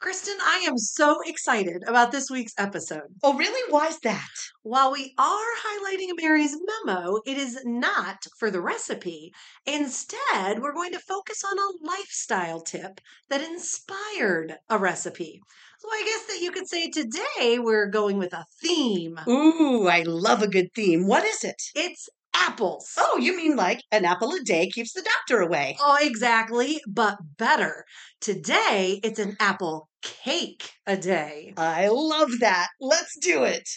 Kristen, I am so excited about this week's episode. Oh, really? Why is that? While we are highlighting Mary's memo, it is not for the recipe. Instead, we're going to focus on a lifestyle tip that inspired a recipe. So I guess that you could say today we're going with a theme. Ooh, I love a good theme. What is it? It's apples. Oh, you mean like an apple a day keeps the doctor away? Oh, exactly, but better. Today, it's an apple cake a day. I love that. Let's do it.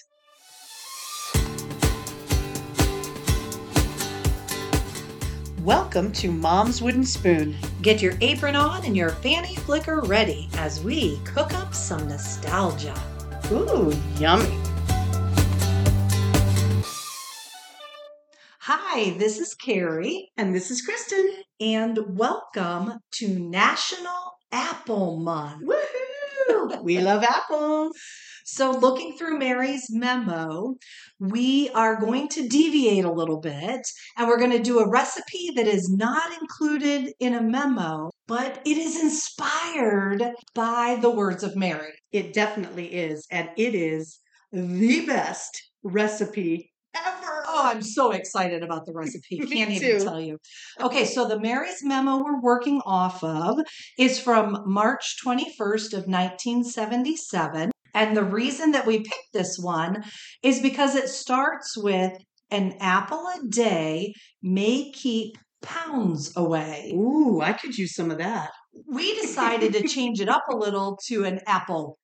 Welcome to Mom's Wooden Spoon. Get your apron on and your fanny flicker ready as we cook up some nostalgia. Ooh, yummy. Hi, this is Carrie, And this is Kristen. and welcome to National Apple Month. Woohoo! we love apples. So, looking through Mary's memo, we are going to deviate a little bit and we're going to do a recipe that is not included in a memo, but it is inspired by the words of Mary. It definitely is, and it is the best recipe ever. Oh, I'm so excited about the recipe. Me Can't even too. tell you. Okay, so the Mary's memo we're working off of is from March 21st of 1977, and the reason that we picked this one is because it starts with an apple a day may keep pounds away. Ooh, I could use some of that. We decided to change it up a little to an apple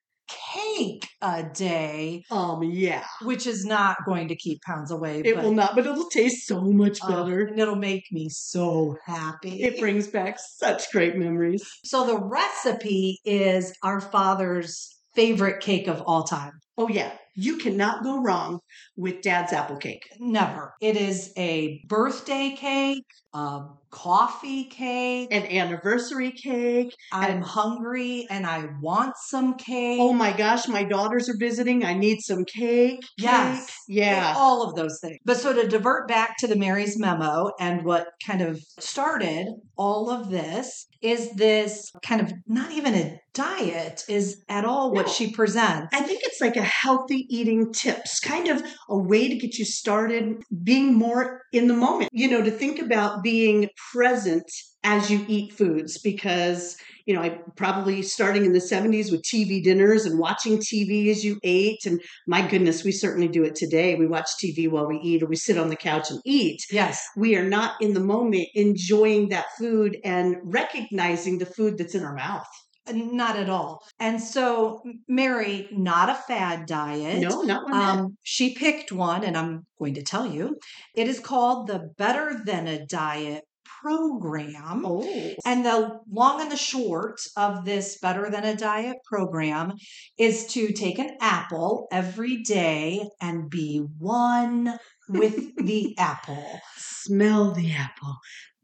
cake a day, Um, yeah, which is not going to keep pounds away. it but- will not, but it'll taste so much Oh, better. and it'll make me so happy. It brings back such great memories. so the recipe is our father's favorite cake of all time. Oh, yeah, you cannot go wrong with dad's apple cake. Never. It is a birthday cake, a coffee cake. An anniversary cake. I'm hungry and I want some cake. Oh my gosh, my daughters are visiting. I need some cake. Yes. Cake. Yeah. All of those things. But so to divert back to the Mary's memo and what kind of started all of this is this kind of not even a diet is at all what No. she presents. I think it's like a healthy eating tips, kind of a way to get you started being more in the moment, you know, to think about being present as you eat foods because, you know, I probably starting in the 70s with TV dinners and watching TV as you ate. And my goodness, we certainly do it today. We watch TV while we eat or we sit on the couch and eat. Yes. We are not in the moment enjoying that food and recognizing the food that's in our mouth. Not at all. And so, M- Mary, not a fad diet. No, not one. minute. Um, she picked one, and I'm going to tell you. It is called the Better Than a Diet program. oh. And the long and the short of this Better Than a Diet program is to take an apple every day and be one with the apple, Smell the apple.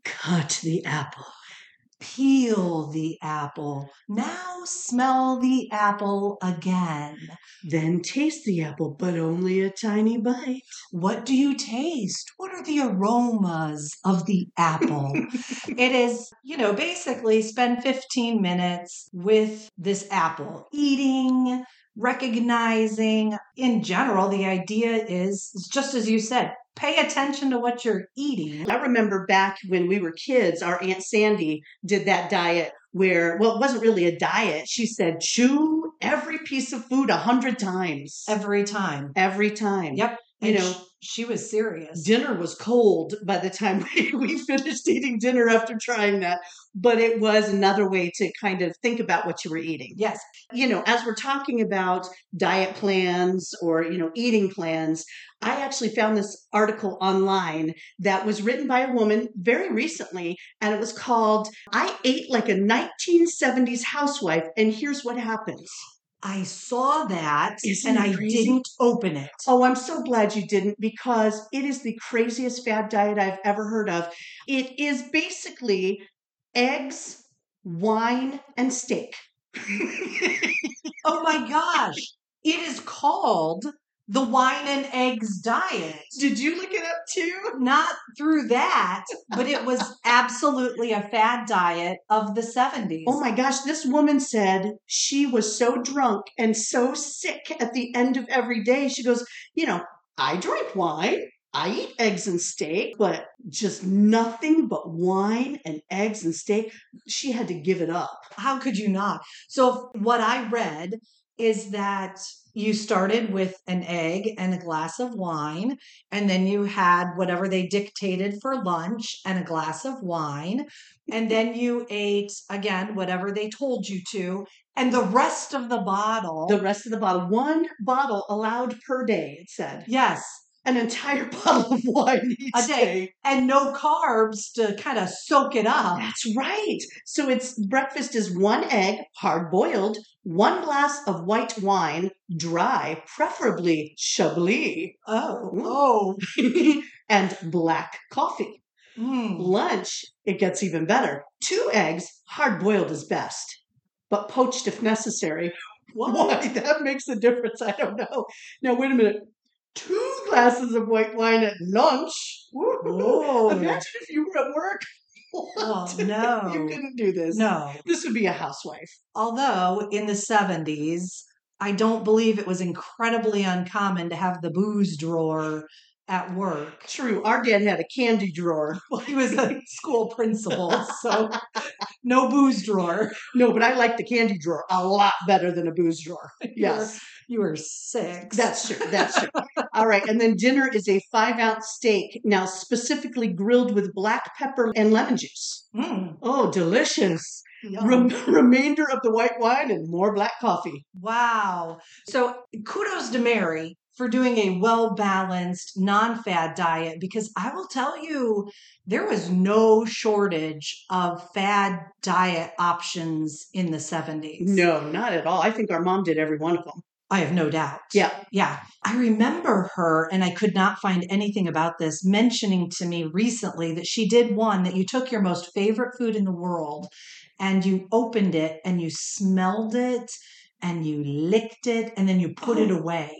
Cut the apple. peel the apple, now smell the apple again. Then taste the apple, but only a tiny bite. What do you taste? What are the aromas of the apple? it is, you know, basically spend 15 minutes with this apple, eating, recognizing. In general, the idea is is just as you said, pay attention to what you're eating. I remember back when we were kids, our Aunt Sandy did that diet where, well, it wasn't really a diet. She said, chew every piece of food a hundred times. Every time. Every time. Yep. You And know- sh- she was serious. Dinner was cold by the time we, we finished eating dinner after trying that, but it was another way to kind of think about what you were eating. yes. you know, as we're talking about diet plans or, you know, eating plans, I actually found this article online that was written by a woman very recently, and it was called I Ate Like a 1970s Housewife, and Here's What Happens. I saw that Isn't and it I crazy? didn't open it. Oh, I'm so glad you didn't because it is the craziest fad diet I've ever heard of. It is basically eggs, wine, and steak. Oh my gosh. It is called the wine and eggs diet. Did you look it up too? Not through that, but it was absolutely a fad diet of the 70s. Oh my gosh, this woman said she was so drunk and so sick at the end of every day. She goes, You know, I drink wine. I eat eggs and steak, but just nothing but wine and eggs and steak. She had to give it up. How could you not? So, what I read is that you started with an egg and a glass of wine, and then you had whatever they dictated for lunch and a glass of wine, and then you ate again whatever they told you to, and the rest of the bottle. The rest of the bottle, one bottle allowed per day, it said. yes, An entire bottle of wine each A day. and no carbs to kind of soak it up. That's right. So it's breakfast is one egg, hard boiled, one glass of white wine, dry, preferably Chablis, Oh, Ooh. oh, and black coffee. mm. Lunch, it gets even better. Two eggs, hard boiled is best, but poached if necessary. Why that makes a difference, I don't know. Now, wait a minute. Two glasses of white wine at lunch. Woo-hoo-hoo. Oh. Imagine if you were at work. Oh, You no. couldn't do this. No. This would be a housewife. Although in the 70s, I don't believe it was incredibly uncommon to have the booze drawer at work. True. Our dad had a candy drawer. Well, he was a school principal, so no booze drawer. No, but I like the candy drawer a lot better than a booze drawer. Yes. You were six. That's true. That's true. All right. And then dinner is a five ounce steak, now specifically grilled with black pepper and lemon juice. Mm, Oh, delicious. yum. Rem- remainder of the white wine and more black coffee. Wow. So kudos to Mary for doing a well balanced, non fad diet because I will tell you, there was no shortage of fad diet options in the 70s. No, not at all. I think our mom did every one of them. I have no doubt. Yeah. Yeah. I remember her, and I could not find anything about this, mentioning to me recently that she did one that you took your most favorite food in the world and you opened it and you smelled it and you licked it and then you put it away,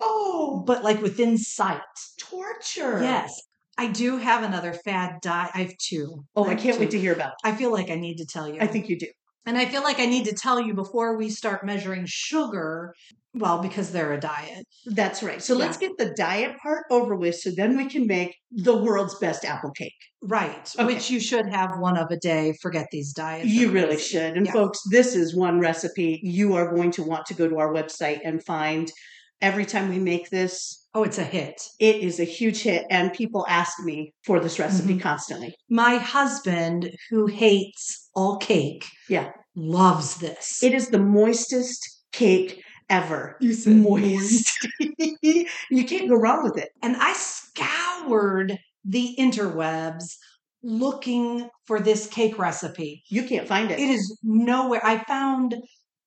Oh, but like within sight. torture. Yes. I do have another fad diet. I have two. Oh, I can't wait to hear about I feel like I need to tell you. it. I think you do. And I feel like I need to tell you before we start measuring sugar, well, because they're a diet. That's right. So let's get the diet part over with so then we can make the world's best apple cake. Right. Okay. Which you should have one of a day. Forget these diets. You They're really crazy. should. And Yeah. folks, this is one recipe you are going to want to go to our website and find every time we make this. Oh, it's a hit. It is a huge hit, and people ask me for this recipe Mm-hmm. constantly. My husband, who hates all cake, Yeah. loves this. It is the moistest cake ever. you Moist. you can't go wrong with it. And I scoured the interwebs looking for this cake recipe. You can't find it. It is nowhere. I found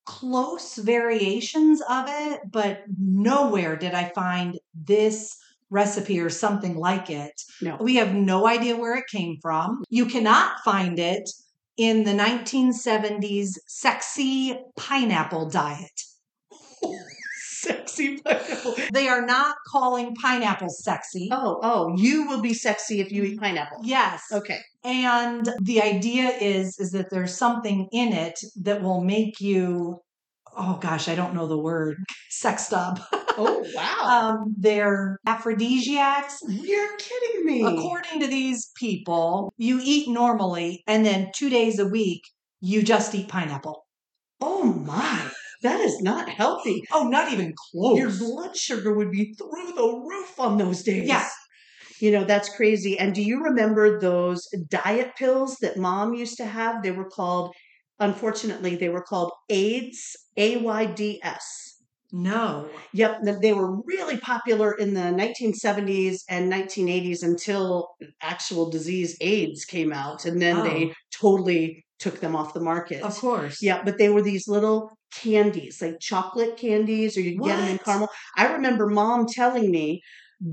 close variations of it, but nowhere did I find this recipe or something like it. No. Mm-hmm. We have no idea where it came from. You cannot find it in the 1970s sexy pineapple diet. Sexy pineapple. They are not calling pineapple sexy. Oh, oh, you will be sexy if you eat pineapple. Mm-hmm. Yes. Okay. And the idea is is that there's something in it that will make you oh gosh, I don't know the word, sexed up. Oh, wow. Um, they're aphrodisiacs. You're kidding me. According to these people, you eat normally and then 2 days a week you just eat pineapple. Oh my, that is not healthy. Oh, not even close. Your blood sugar would be through the roof on those days. Yeah. You know, that's crazy. And do you remember those diet pills that mom used to have? They were called, unfortunately, they were called AIDS, AYDS. no. Yep, th- they were really popular in the 1970s and 1980s until actual disease AIDS came out. And then they Oh. totally took them off the market. Of course. Yeah, but they were these little candies, like chocolate candies, or you can get them in What? caramel. I remember mom telling me,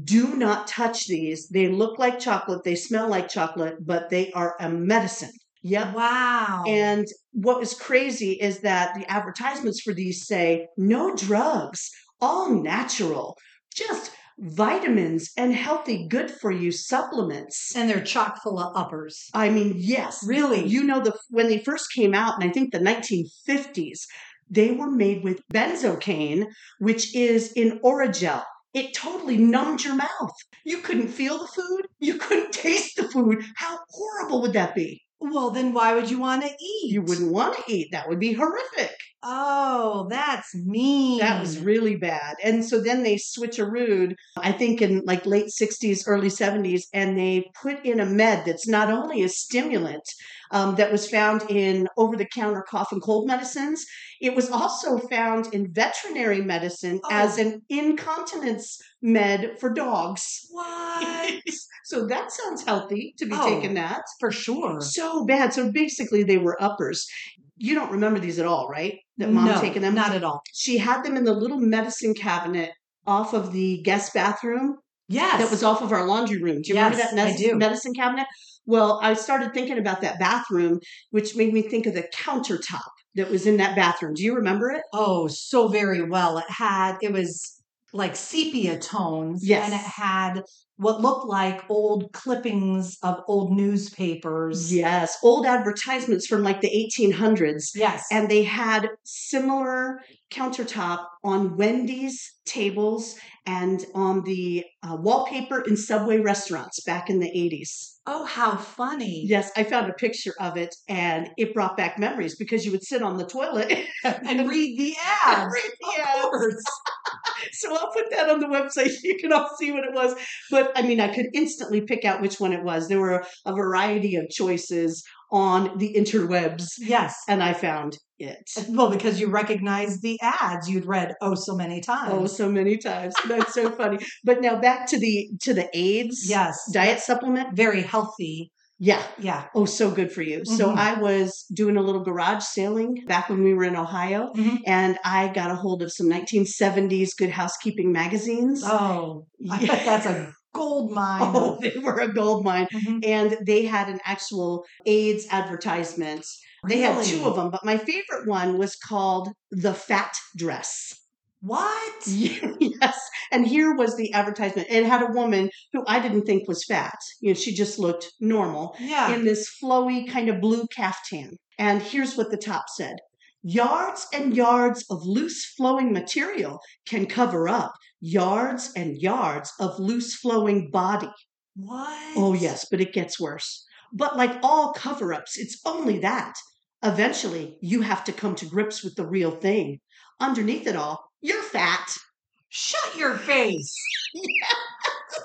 do not touch these. They look like chocolate, they smell like chocolate, but they are a medicine. Yep. Wow. And what was crazy is that the advertisements for these say no drugs, all natural, just vitamins and healthy, good for you supplements. And they're chock full of uppers. I mean, yes, Really? you know the when they first came out and i think the 1950s they were made with benzocaine which is in oragel it totally numbed your mouth you couldn't feel the food you couldn't taste the food how horrible would that be well, then why would you want to eat? you wouldn't want to eat that would be horrific Oh, that's mean. that was really bad and so then they switcherooed i think in like late 60s early 70s and they put in a med that's not only a stimulant um, that was found in over-the-counter cough and cold medicines it was also found in veterinary medicine Oh. as an incontinence med for dogs What? so that sounds healthy to be Oh. taking that For sure. so bad so basically they were uppers you don't remember these at all right that mom no, taking them Not at all. she had them in the little medicine cabinet off of the guest bathroom Yes. that was off of our laundry room. Do you remember Yes, that I mes- do. medicine cabinet? Well, I started thinking about that bathroom, which made me think of the countertop that was in that bathroom. Do you remember it? Oh, so very well. It had, it was like sepia tones. Yes. And it had what looked like old clippings of old newspapers. Yes, old advertisements from like the 1800s. Yes. And they had similar countertop on Wendy's tables and on the uh, wallpaper in subway restaurants back in the 80s. oh, how funny. Yes, I found a picture of it and it brought back memories because you would sit on the toilet. And read the ads. Read the of ads. course. so I'll put that on the website. You can all see what it was. But I mean, I could instantly pick out which one it was. There were a variety of choices on the interwebs Yes. and I found it. Well, because you recognize the ads you'd read oh so many times. Oh, so many times. That's so funny. But now back to the to the AIDS yes. diet supplement. Very healthy. Yeah. Yeah. Oh, so good for you. So Mhm. I was doing a little garage sailing back when we were in Ohio. Mhm. and I got a hold of some 1970s Good Housekeeping magazines. Oh, I bet that's a gold mine. Oh, they were a gold mine. Mhm. And they had an actual AIDS advertisement. They had Really? two of them, but my favorite one was called The Fat Dress. What? yes. And here was the advertisement. It had a woman who I didn't think was fat. You know, she just looked normal. Yeah. in this flowy kind of blue caftan. And here's what the top said Yards and yards of loose flowing material can cover up yards and yards of loose flowing body. what? Oh, yes, but it gets worse. But like all cover ups, it's only that. Eventually, you have to come to grips with the real thing. Underneath it all, you're fat. Shut your face. Yes.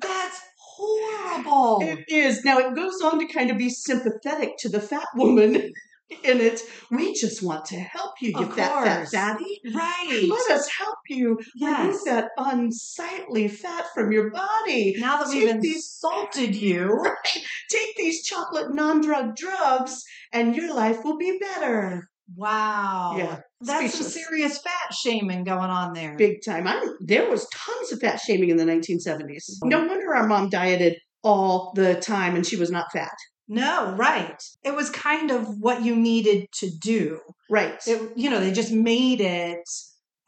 That's horrible. It is. Now, it goes on to kind of be sympathetic to the fat woman in it. We just want to help you, you Of fat, fat, course. fatty. right. Let us help you remove yes. that unsightly fat from your body. Now that we've Take these- insulted you, Take these chocolate non drug drugs, and your life will be better. wow. Yeah, That's some speechless. serious fat shaming going on there. Big time. I'm, there was tons of fat shaming in the 1970s. No Oh. wonder our mom dieted all the time and she was not fat. no, right. It was kind of what you needed to do. Right. It, you know, they just made it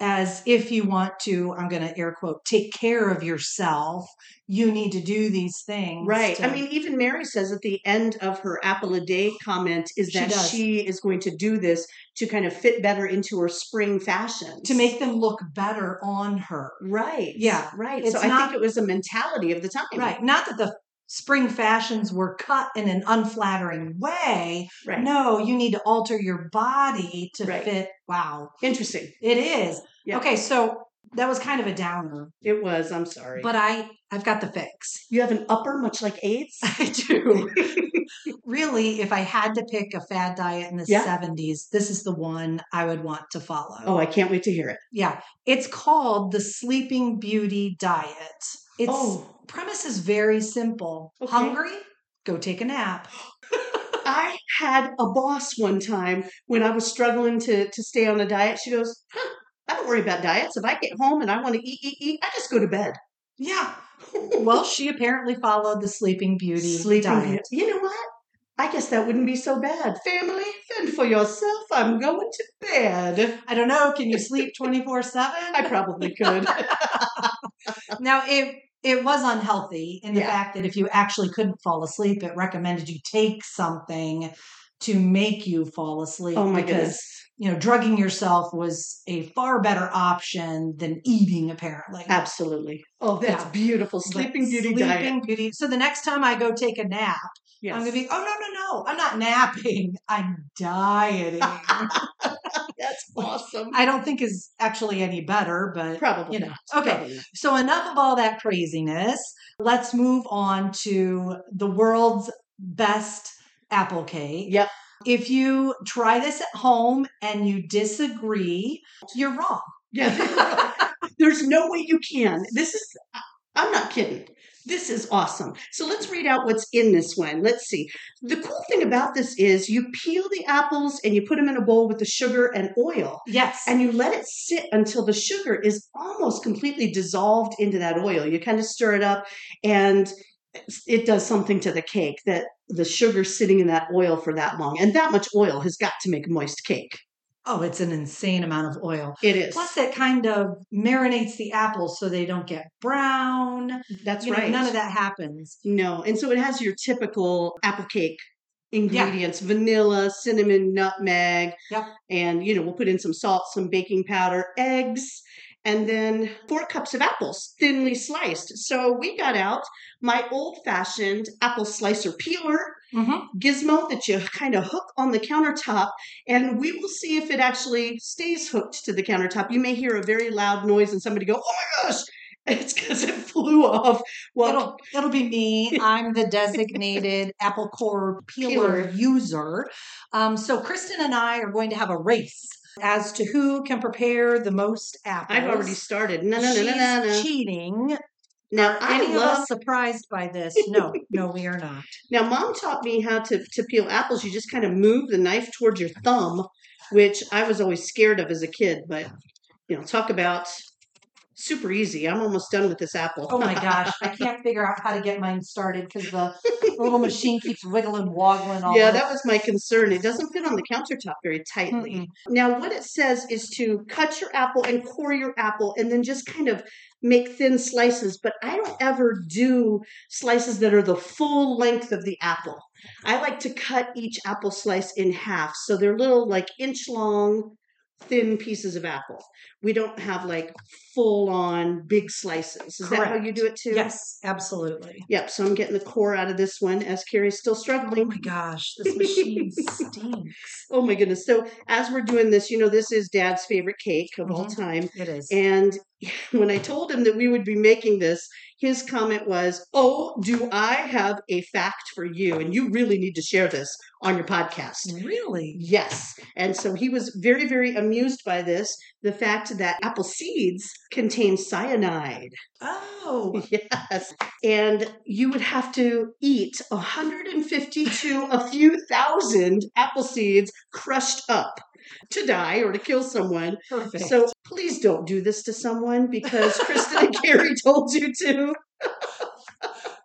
as if you want to, I'm going to air quote, take care of yourself. You need to do these things. Right. to- I mean, even Mary says at the end of her apple a day comment is She that does. she is going to do this to kind of fit better into her spring fashion. to make them look better on her. Right. Yeah. Right. It's so I not- think it was a mentality of the time. Right. Not that the spring fashions were cut in an unflattering way. Right. No, you need to alter your body to Right. fit. Wow. Interesting. It is. Yeah. Okay. So that was kind of a downer, It was. I'm sorry. but I, I've got the fix. you have an upper, much like AIDS. I do. really, if I had to pick a fad diet in the Yeah. 70s, this is the one I would want to follow. oh, I can't wait to hear it. Yeah. It's called the Sleeping Beauty Diet. Its oh, premise is very simple Okay. hungry, go take a nap. I had a boss one time when I was struggling to to stay on a diet. She goes, huh, "I don't worry about diets. If I get home and I want to eat, eat, eat, I just go to bed." Yeah. Well, she apparently followed the Sleeping Beauty Sleeping diet. Beauty. You know what? I guess that wouldn't be so bad. Family, fend for yourself. I'm going to bed. I don't know. Can you sleep 24 7? I probably could. Now, it, it was unhealthy in the Yeah. fact that if you actually couldn't fall asleep, it recommended you take something to make you fall asleep. oh my because, goodness. you know, drugging yourself was a far better option than eating, apparently. Absolutely. Oh, that's Yeah. beautiful. But Sleeping Beauty Sleeping diet. Beauty. So the next time I go take a nap, Yes. I'm going to be, oh, no, no, no. I'm not napping. I'm dieting. that's awesome. I don't think is actually any better, but probably you know. not. Okay. Probably not. So, enough of all that craziness. Let's move on to the world's best apple cake. Yep. If you try this at home and you disagree, you're wrong. Yeah. There's no way you can. This is, I'm not kidding. This is awesome. So let's read out what's in this one. Let's see. The cool thing about this is you peel the apples and you put them in a bowl with the sugar and oil. Yes. And you let it sit until the sugar is almost completely dissolved into that oil. You kind of stir it up and it does something to the cake that the sugar sitting in that oil for that long. And that much oil has got to make moist cake. oh, it's an insane amount of oil. It is. Plus, it kind of marinates the apples so they don't get brown. That's You know, right. None of that happens. No. And so it has your typical apple cake ingredients vanilla, cinnamon, nutmeg. Yep. And, you know, we'll put in some salt, some baking powder, eggs, and then four cups of apples, thinly sliced. So we got out my old fashioned apple slicer peeler Mhm. gizmo that you kind of hook on the countertop, and we will see if it actually stays hooked to the countertop. You may hear a very loud noise and somebody go, oh my gosh. It's because it flew off. Well, It'll it'll be me. I'm the designated Apple Core peeler, Peeler. user. Um, so Kristen and I are going to have a race as to who can prepare the most apples. I've already started. No, no, no, She's no, no, no. cheating. Now I Any of love. us surprised by this? No, no, we are not. Now mom taught me how to to peel apples. You just kind of move the knife towards your thumb, which I was always scared of as a kid. But you know, talk about super easy. I'm almost done with this apple. Oh my gosh, I can't figure out how to get mine started because the little machine keeps wiggling, woggling. All yeah, over. that was my concern. It doesn't fit on the countertop very tightly. Mm-mm. Now, what it says is to cut your apple and core your apple and then just kind of make thin slices. But I don't ever do slices that are the full length of the apple. I like to cut each apple slice in half. So they're little, like inch long, thin pieces of apple. We don't have like full on big slices. Is that how you Correct. do it too? Yes, absolutely. Yep. So I'm getting the core out of this one as Carrie's still Oh struggling. my gosh, this machine stinks. Oh my goodness. So as we're doing this, you know, this is dad's favorite cake of all Mhm. time. It is. And when I told him that we would be making this, his comment was, Oh, do I have a fact for you? And you really need to share this on your podcast. Really? Yes. And so he was very, very amused by this the fact that apple seeds contain cyanide. Oh, Yes. And you would have to eat 150 to a few thousand apple seeds crushed up to die or to kill someone. perfect. So please don't do this to someone because Kristen and Carrie told you to.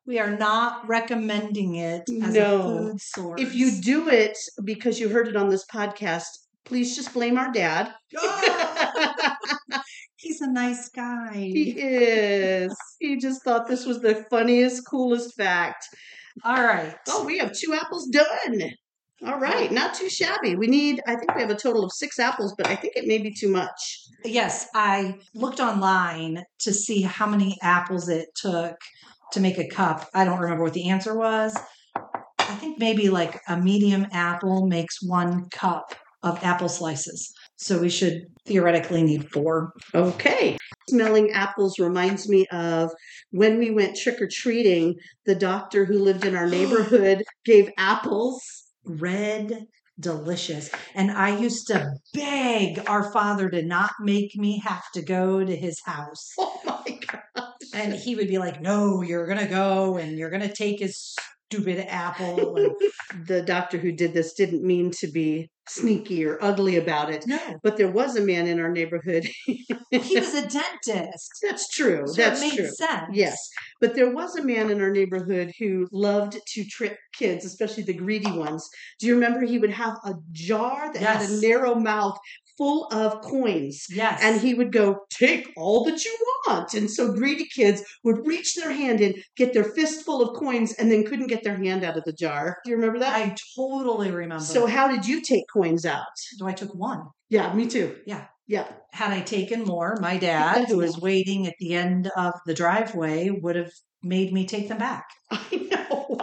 we are not recommending it as a No. food source. If you do it because you heard it on this podcast, please just blame our dad. Ah, he's a nice guy. he is. He just thought this was the funniest, coolest fact. All right. Oh, we have two apples done. All right, not too shabby. We need, I think we have a total of six apples, but I think it may be too much. Yes, I looked online to see how many apples it took to make a cup. I don't remember what the answer was. I think maybe like a medium apple makes one cup of apple slices. So we should theoretically need four. Okay. Smelling apples reminds me of when we went trick or treating, the doctor who lived in our neighborhood gave apples. red delicious and i used to beg our father to not make me have to go to his house Oh my God. and he would be like no you're gonna go and you're gonna take his stupid apple. And, The doctor who did this didn't mean to be sneaky or ugly about it, no, but there was a man in our neighborhood. he was a dentist. That's true. So Oh, That's it made true. sense. Yes. But there was a man in our neighborhood who loved to trick kids, especially the greedy ones. Do you remember he would have a jar that had a Yes. narrow mouth full of coins? Yes. And he would go, take all that you want. And so greedy kids would reach their hand in, get their fistful of coins, and then couldn't get their hand out of the jar. Do you remember that? I totally remember. so, how did you take coins out? So I took one. Yeah, me too. Yeah. Yeah. Had I taken more, my dad, who was waiting at the end of the driveway, would have made me take them back. I know.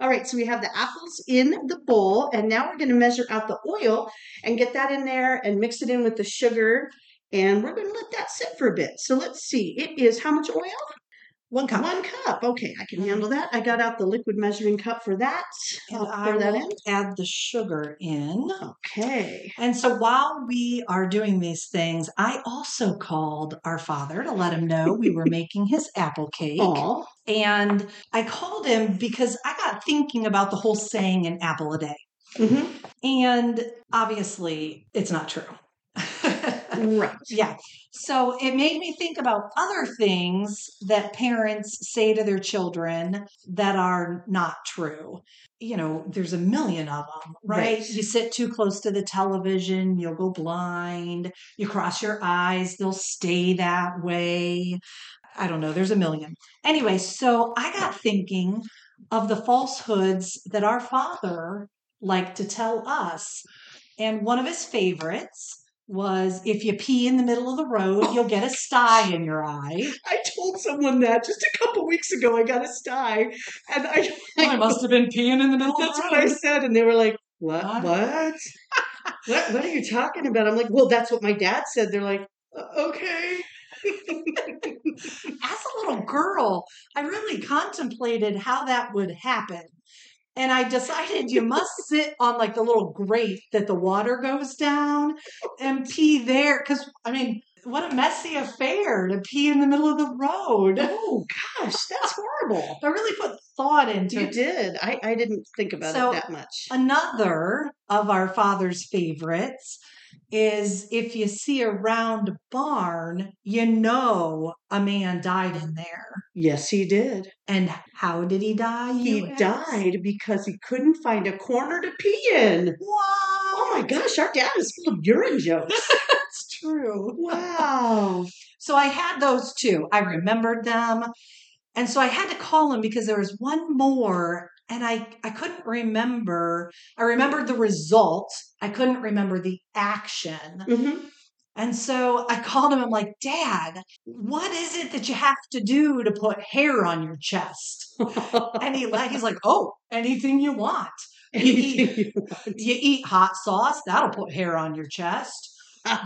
All right, so we have the apples in the bowl, and now we're going to measure out the oil and get that in there and mix it in with the sugar. And we're going to let that sit for a bit. So let's see. It is how much oil? One cup. One cup. Okay, I can handle that. I got out the liquid measuring cup for that. And I'll I pour that in. will add the sugar in. Okay. And so while we are doing these things, I also called our father to let him know we were making his apple cake. Aw. And I called him because I got thinking about the whole saying an apple a day. Mhm. And obviously, it's not true. Right. Yeah. So it made me think about other things that parents say to their children that are not true. You know, there's a million of them, right? Right. You sit too close to the television, you'll go blind. You cross your eyes, they'll stay that way. I don't know, there's a million. Anyway, so I got thinking of the falsehoods that our father liked to tell us. And one of his favorites was if you pee in the middle of the road, you'll get a sty in your eye. I told someone that just a couple weeks ago. I got a sty, and I, I must have been peeing in the middle That's of what the I road. said. And they were like, What? Huh? What? what? What are you talking about? I'm like, Well, that's what my dad said. They're like, "Uh, Okay. As a little girl, I really contemplated how that would happen. And I decided you must sit on like the little grate that the water goes down and pee there. Cause I mean, what a messy affair to pee in the middle of the road. Oh, gosh, that's horrible. I really put thought into You it. did. I, I didn't think about So- uh, it that much. Another of our father's favorites is if you see a round barn, you know a man died in there. Yes, he did. And how did he die? He you ask? died because he couldn't find a corner to pee in. Wow, Oh my gosh, our dad is full of urine jokes. that's true. Wow. So I had those two. I remembered them. And so I had to call him because there was one more and I, I couldn't remember. I remembered the result. I couldn't remember the action. Mhm. And so I called him. I'm like, Dad, what is it that you have to do to put hair on your chest? And he la- he's like, Oh, anything you want. Anything you You eat hot sauce, that'll put hair on your chest.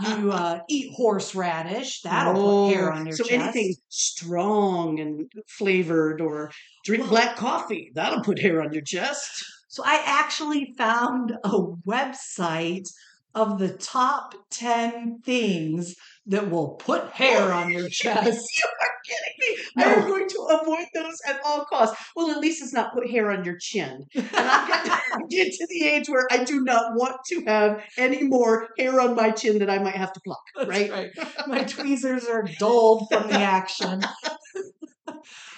You uh, eat horseradish, that'll put hair Oh, on your so chest. anything strong and flavored or drink Well- black coffee, that'll put hair on your chest. So I actually found a website of the top 10 things that will put hair on your chest. you are kidding me. I am No. going to avoid those at all costs. Well, at least it's not put hair on your chin. And I'm getting I'm getting to the age where I do not want to have any more hair on my chin that I might have to pluck, right? My tweezers are dulled from the action.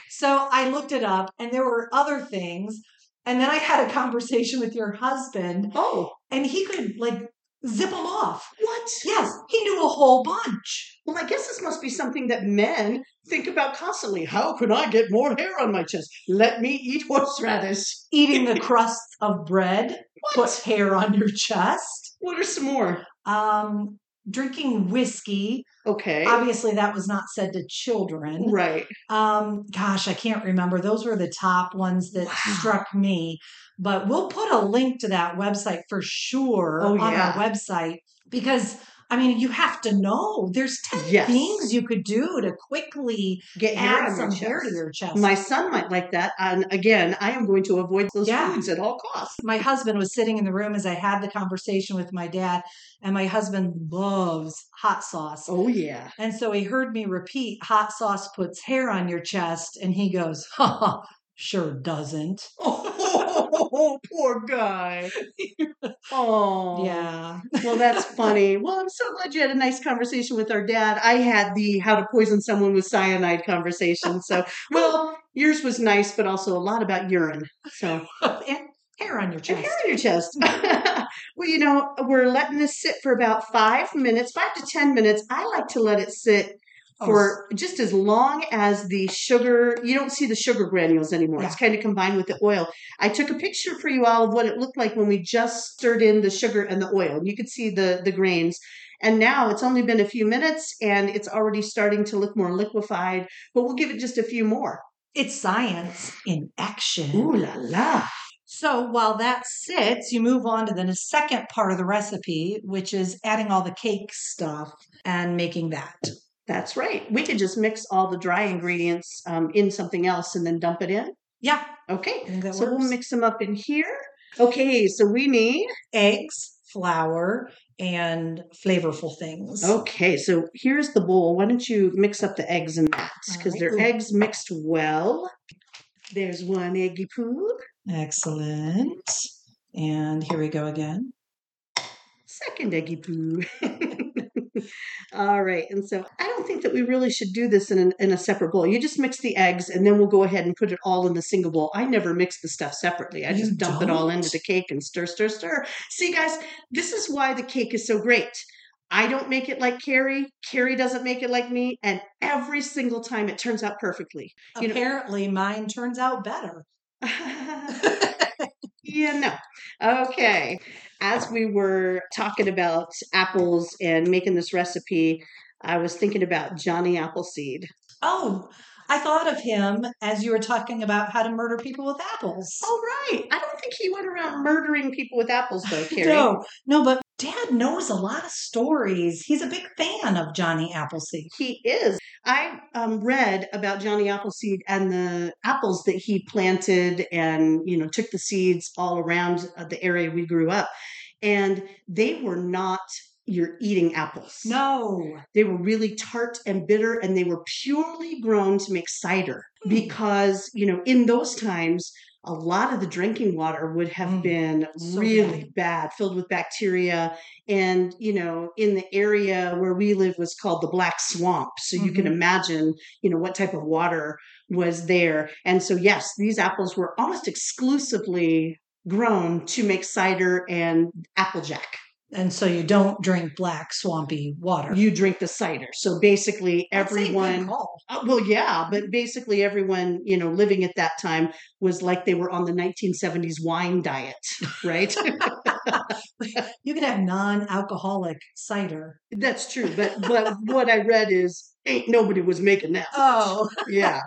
so I looked it up, and there were other things. And then I had a conversation with your husband, Oh, and he could like zip them off. what? Yes, he knew a whole bunch. Well, I guess this must be something that men think about constantly. How can I get more hair on my chest? Let me eat horseradish. Eating the crusts of bread What? puts hair on your chest. What are some more? Um, drinking whiskey, Okay. obviously, that was not said to children. right. Um, gosh, I can't remember. Those were the top ones that Wow. struck me. But we'll put a link to that website for sure Oh, on yeah. our website because I mean, you have to know there's 10 Yes. things you could do to quickly Get hair add on some your hair to chest. your chest. My son might like that. And again, I am going to avoid those Yeah. foods at all costs. my husband was sitting in the room as I had the conversation with my dad, and my husband loves hot sauce. Oh, yeah. And so he heard me repeat, hot sauce puts hair on your chest. And he goes, sure doesn't. Oh, poor guy. Oh. Yeah. Well, that's funny. Well, I'm so glad you had a nice conversation with our dad. I had the how to poison someone with cyanide conversation. So, well, yours was nice, but also a lot about urine. So, and hair on your and chest. hair on your chest. well, you know, we're letting this sit for about five minutes, five to 10 minutes. I like to let it sit Oh, for just as long as the sugar you don't see the sugar granules anymore it's kind of combined with the oil i took a picture for you all of what it looked like when we just stirred in the sugar and the oil you could see the the grains and now it's only been a few minutes and it's already starting to look more liquefied but we'll give it just a few more it's science in action. ooh la la So while that sits, you move on to the second part of the recipe, which is adding all the cake stuff and making that. that's right we could just mix all the dry ingredients um, in something else and then dump it in Yeah, okay I think that so works. we'll mix them up in here okay so we need Eggs, flour, and flavorful things. Okay, so here's the bowl. Why don't you mix up the eggs in that? Because All right. they're Ooh. eggs mixed well. There's one eggy poo. Excellent. And here we go again. Second eggy poo. All right, and so I don't think that we really should do this in, an, in a separate bowl. You just mix the eggs, and then we'll go ahead and put it all in the single bowl. I never mix the stuff separately. I You just dump it all don't? into the cake and stir, stir, stir. See, guys, this is why the cake is so great. I don't make it like Carrie. Carrie doesn't make it like me, and every single time it turns out perfectly. You know- Apparently, mine turns out better. yeah, no. Okay. As we were talking about apples and making this recipe, I was thinking about Johnny Appleseed. Oh, I thought of him as you were talking about how to murder people with apples. Oh, right. I don't think he went around murdering people with apples, though, Carrie. No, no, but Dad knows a lot of stories. He's a big fan of Johnny Appleseed. He is. I um, read about Johnny Appleseed and the apples that he planted and, you know, took the seeds all around uh, the area we grew up. And they were not your eating apples. No, They were really tart and bitter, and they were purely grown to make cider Hmm. because, you know, in those times, a lot of the drinking water would have Mm. been So really bad. filled with bacteria. And, you know, in the area where we live was called the Black Swamp. So you can Mhm. imagine, you know, what type of water was there. And so, yes, these apples were almost exclusively grown to make cider and applejack. and so you don't drink black swampy water. You drink the cider. So basically, That's a good everyone. call. Uh, well, yeah, but basically everyone, you know, living at that time was like they were on the 1970s wine diet, right? You could have non-alcoholic cider. That's true, but but what I read is ain't nobody was making that. Oh, Yeah.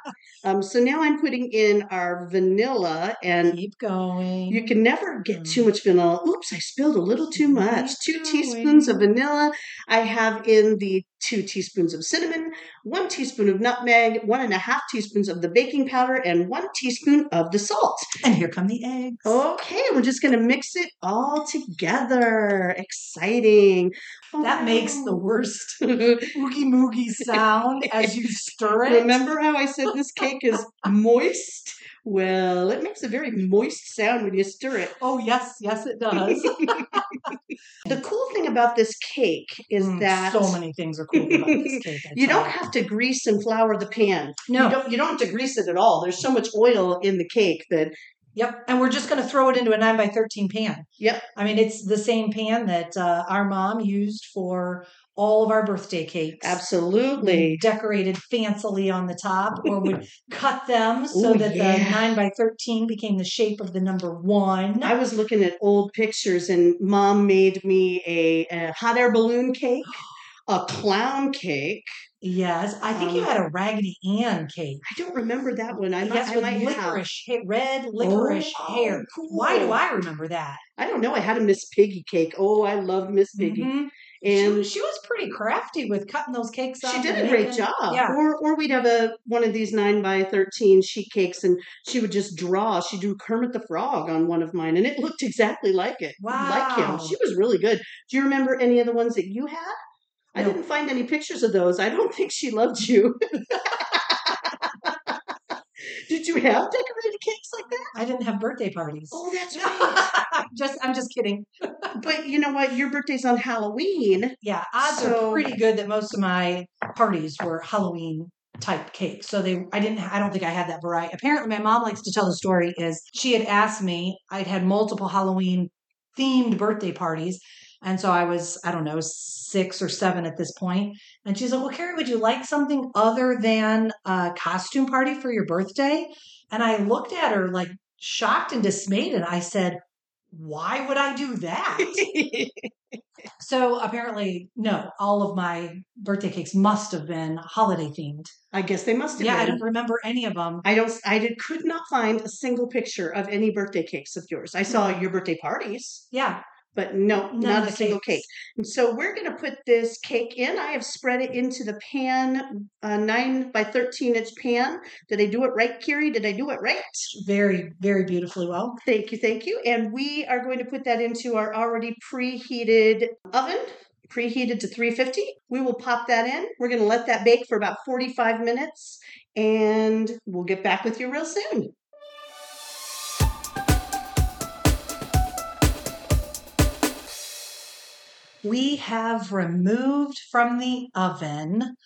Um so now I'm putting in our vanilla and keep going. you can never get too much vanilla. Oops, I spilled a little too much. Two Keep teaspoons of vanilla. I have in the two teaspoons of cinnamon, one teaspoon of nutmeg, one and a half teaspoons of the baking powder, and one teaspoon of the salt. and here come the eggs. Okay, we're just gonna mix it all together. Exciting. Oh. That makes the worst worst. oogie moogie sound as you stir it. Remember how I said this cake is moist? Well, it makes a very moist sound when you stir it. Oh yes, yes it does. The cool thing about this cake is Mm, that so many things are cool about this cake. I you tell don't have to grease and flour the pan. No. You don't you don't have to grease it at all. There's so much oil in the cake that Yep. And we're just going to throw it into a nine by 13 pan. Yep. I mean, it's the same pan that uh, our mom used for all of our birthday cakes. We Mm, absolutely decorated fancily on the top or would cut them so Ooh, that the yeah. nine by 13 became the shape of the number one. I was looking at old pictures, and mom made me a, a hot air balloon cake, a clown cake. yes. I think you Um, had a Raggedy Ann cake. I don't remember that one. I might, yes, I with might have. licorice, ha- red licorice Oh, hair. Why do cool. I remember that? I don't know. I had a Miss Piggy cake. Oh, I love Miss Piggy. Mhm. she, And was- she was pretty crafty with cutting those cakes up. she did and a great making- job. Yeah. Or or we'd have a one of these nine by thirteen sheet cakes, and she would just draw. She drew Kermit the Frog on one of mine, and it looked exactly like it. Like him. Wow. She was really good. Do you remember any of the ones that you had? I No. didn't find any pictures of those. I don't think she loved you. Did you have decorated like that? I didn't have birthday parties. Oh, that's right. just I'm just kidding. but you know what? Your birthday's on Halloween. Yeah, odds So- are pretty good that most of my parties were Halloween type cakes. So they I didn't I don't think I had that variety. Apparently my mom likes to tell the story is she had asked me, I'd had multiple Halloween themed birthday parties. And so I was, I don't know, six or seven at this point. And she's like, Well, Carrie, would you like something other than a costume party for your birthday? And I looked at her like shocked and dismayed. And I said, Why would I do that? So apparently, no, all of my birthday cakes must have been holiday themed. I guess they must have Yeah, I been. don't remember any of them. I don't. I did, could not find a single picture of any birthday cakes of yours. I saw your birthday parties, Yeah, but no, Hmm. none not of a the single cake. cakes. And so we're going to put this cake in. I have spread it into the pan, uh, nine by thirteen inch pan. Did I do it right, Kiri? Did I do it right? Very, very beautifully well. Thank you, thank you. And we are going to put that into our already preheated oven, preheated to 350. We will pop that in. We're going to let that bake for about 45 minutes, and we'll get back with you real soon. We have removed from the oven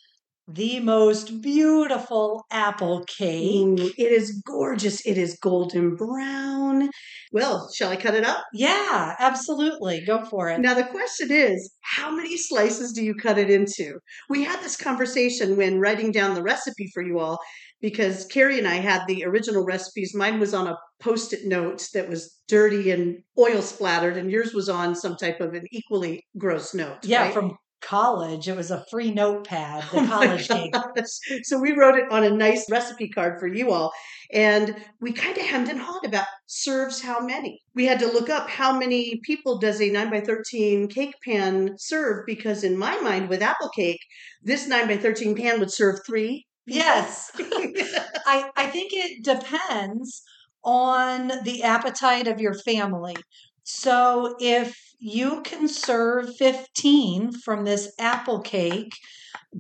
the most beautiful apple cake. Ooh, it is gorgeous. It is golden brown. Well, shall I cut it up? Yeah, absolutely. Go for it. Now, the question is, how many slices do you cut it into? We had this conversation when writing down the recipe for you all because Carrie and I had the original recipes. Mine was on a post it note that was dirty and oil splattered, and yours was on some type of an equally gross note. Yeah, right? from college. It was a free notepad, the Oh my college cake. gosh. So we wrote it on a nice recipe card for you all. And we kind of hemmed and hawed about serves how many. We had to look up how many people does a 9 by 13 cake pan serve because in my mind with apple cake, this 9 by 13 pan would serve three. Yes. I, I think it depends on the appetite of your family. So if you can serve 15 from this apple cake,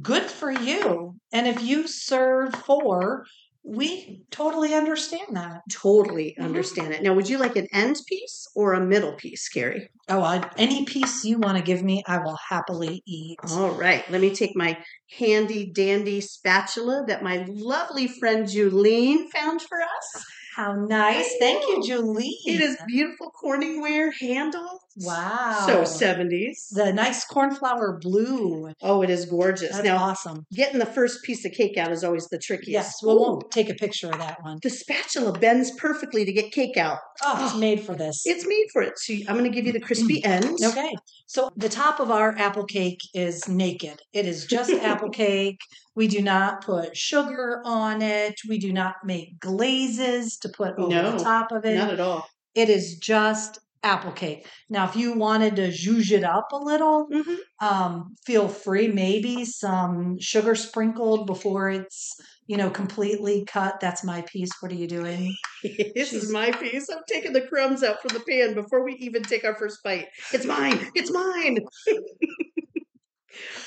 good for you. And if you serve four, we totally understand that. Totally Mhm. understand it. Now, would you like an end piece or a middle piece, Carrie? Oh, I, any piece you want to give me, I will happily eat. All right, let me take my handy dandy spatula that my lovely friend Julene found for us. How nice. Thank you, Julie. It is beautiful Corningware handle. Wow. So 70s. The nice cornflower blue. oh, it is gorgeous. That's now, awesome. getting the first piece of cake out is always the trickiest. Yes, we'll, we'll Ooh, take a picture of that one. the spatula bends perfectly to get cake out. Oh, it's made for this. It's made for it. So I'm going to give you the crispy end. Mm. Okay. So the top of our apple cake is naked. It is just apple cake. We do not put sugar on it. We do not make glazes to put over No, the top of it. Not at all. It is just apple cake. Now, if you wanted to zhuzh it up a little, hmm um, feel free. Maybe some sugar sprinkled before it's, you know, completely cut. That's my piece. What are you doing? this is She's- my piece. I'm taking the crumbs out from the pan before we even take our first bite. It's mine. It's mine.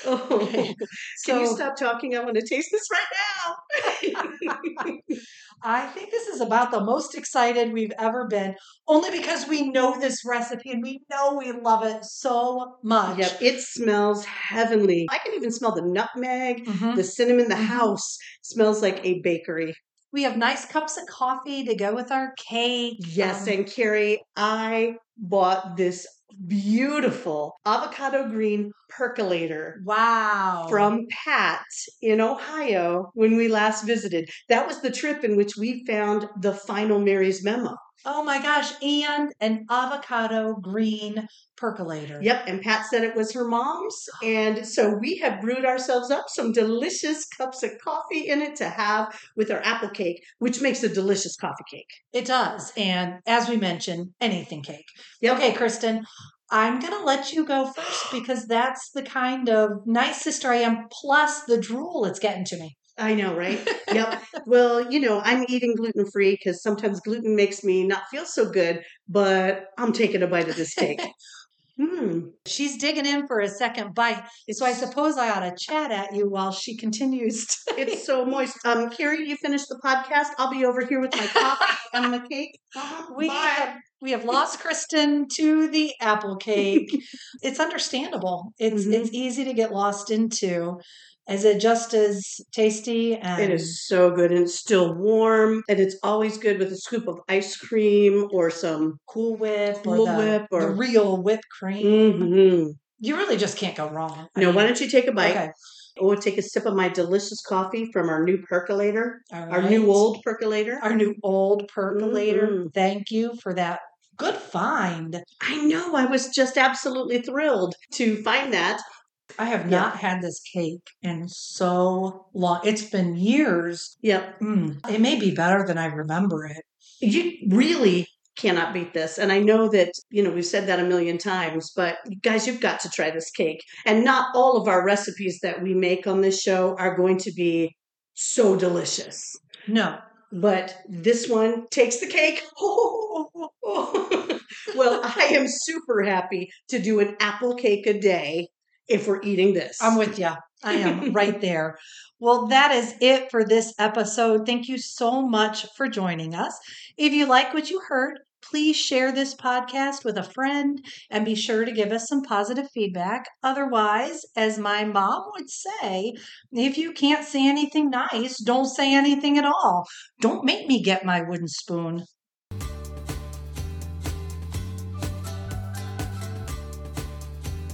oh, Okay, can you So- stop talking? I want to taste this right now. I think this is about the most excited we've ever been, only because we know this recipe and we know we love it so much. Yep, it smells heavenly. I can even smell the nutmeg, Mhm. the cinnamon. The Mhm. house smells like a bakery. We have nice cups of coffee to go with our cake. Yes, Um, and Carrie, I bought this beautiful avocado green percolator wow. from Pat in Ohio when we last visited. That was the trip in which we found the final Mary's memo. oh my gosh, and an avocado green percolator. Yep, and Pat said it was her mom's. And so we have brewed ourselves up some delicious cups of coffee in it to have with our apple cake, which makes a delicious coffee cake. It does. And as we mentioned, anything cake. Yep. Okay, Kristen, I'm going to let you go first because that's the kind of nice sister I am, plus the drool it's getting to me. I know, right? yep. Well, you know, I'm eating gluten free because sometimes gluten makes me not feel so good, but I'm taking a bite of this cake. Mm. She's digging in for a second bite. So I suppose I ought to chat at you while she continues. To- It's so moist. Um, Carrie, you finish the podcast. I'll be over here with my coffee and my cake. Uh-huh. we Bye. have, we have lost Kristen to the apple cake. it's understandable. It's Mhm. it's easy to get lost into. Is it just as tasty? And It is so good and it's still warm and it's always good with a scoop of ice cream or some. Cool Whip Cool or the, Whip the or- real whipped cream. Mhm. You really just can't go wrong. I Now, mean, why don't you take a bite? Okay. Oh, take a sip of my delicious coffee from our new percolator, All our right. new old percolator. our new old percolator. Mhm. Thank you for that good find. I know. I was just absolutely thrilled to find that. I have Yeah. not had this cake in so long. It's been years. Yep. Mm, it may be better than I remember it. You really cannot beat this. And I know that, you know, we've said that a million times, but you guys, you've got to try this cake. And not all of our recipes that we make on this show are going to be so delicious. No. But this one takes the cake. well, I am super happy to do an apple cake a day if we're eating this. I'm with you. I am right there. Well, that is it for this episode. Thank you so much for joining us. If you like what you heard, please share this podcast with a friend and be sure to give us some positive feedback. Otherwise, as my mom would say, if you can't say anything nice, don't say anything at all. Don't make me get my wooden spoon.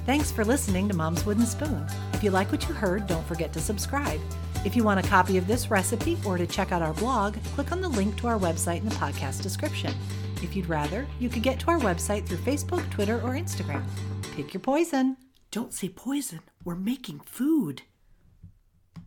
Thanks for listening to Mom's Wooden Spoon. If you like what you heard, don't forget to subscribe. If you want a copy of this recipe or to check out our blog, click on the link to our website in the podcast description. If you'd rather, you could get to our website through Facebook, Twitter, or Instagram. Pick your poison. Don't say poison. We're making food.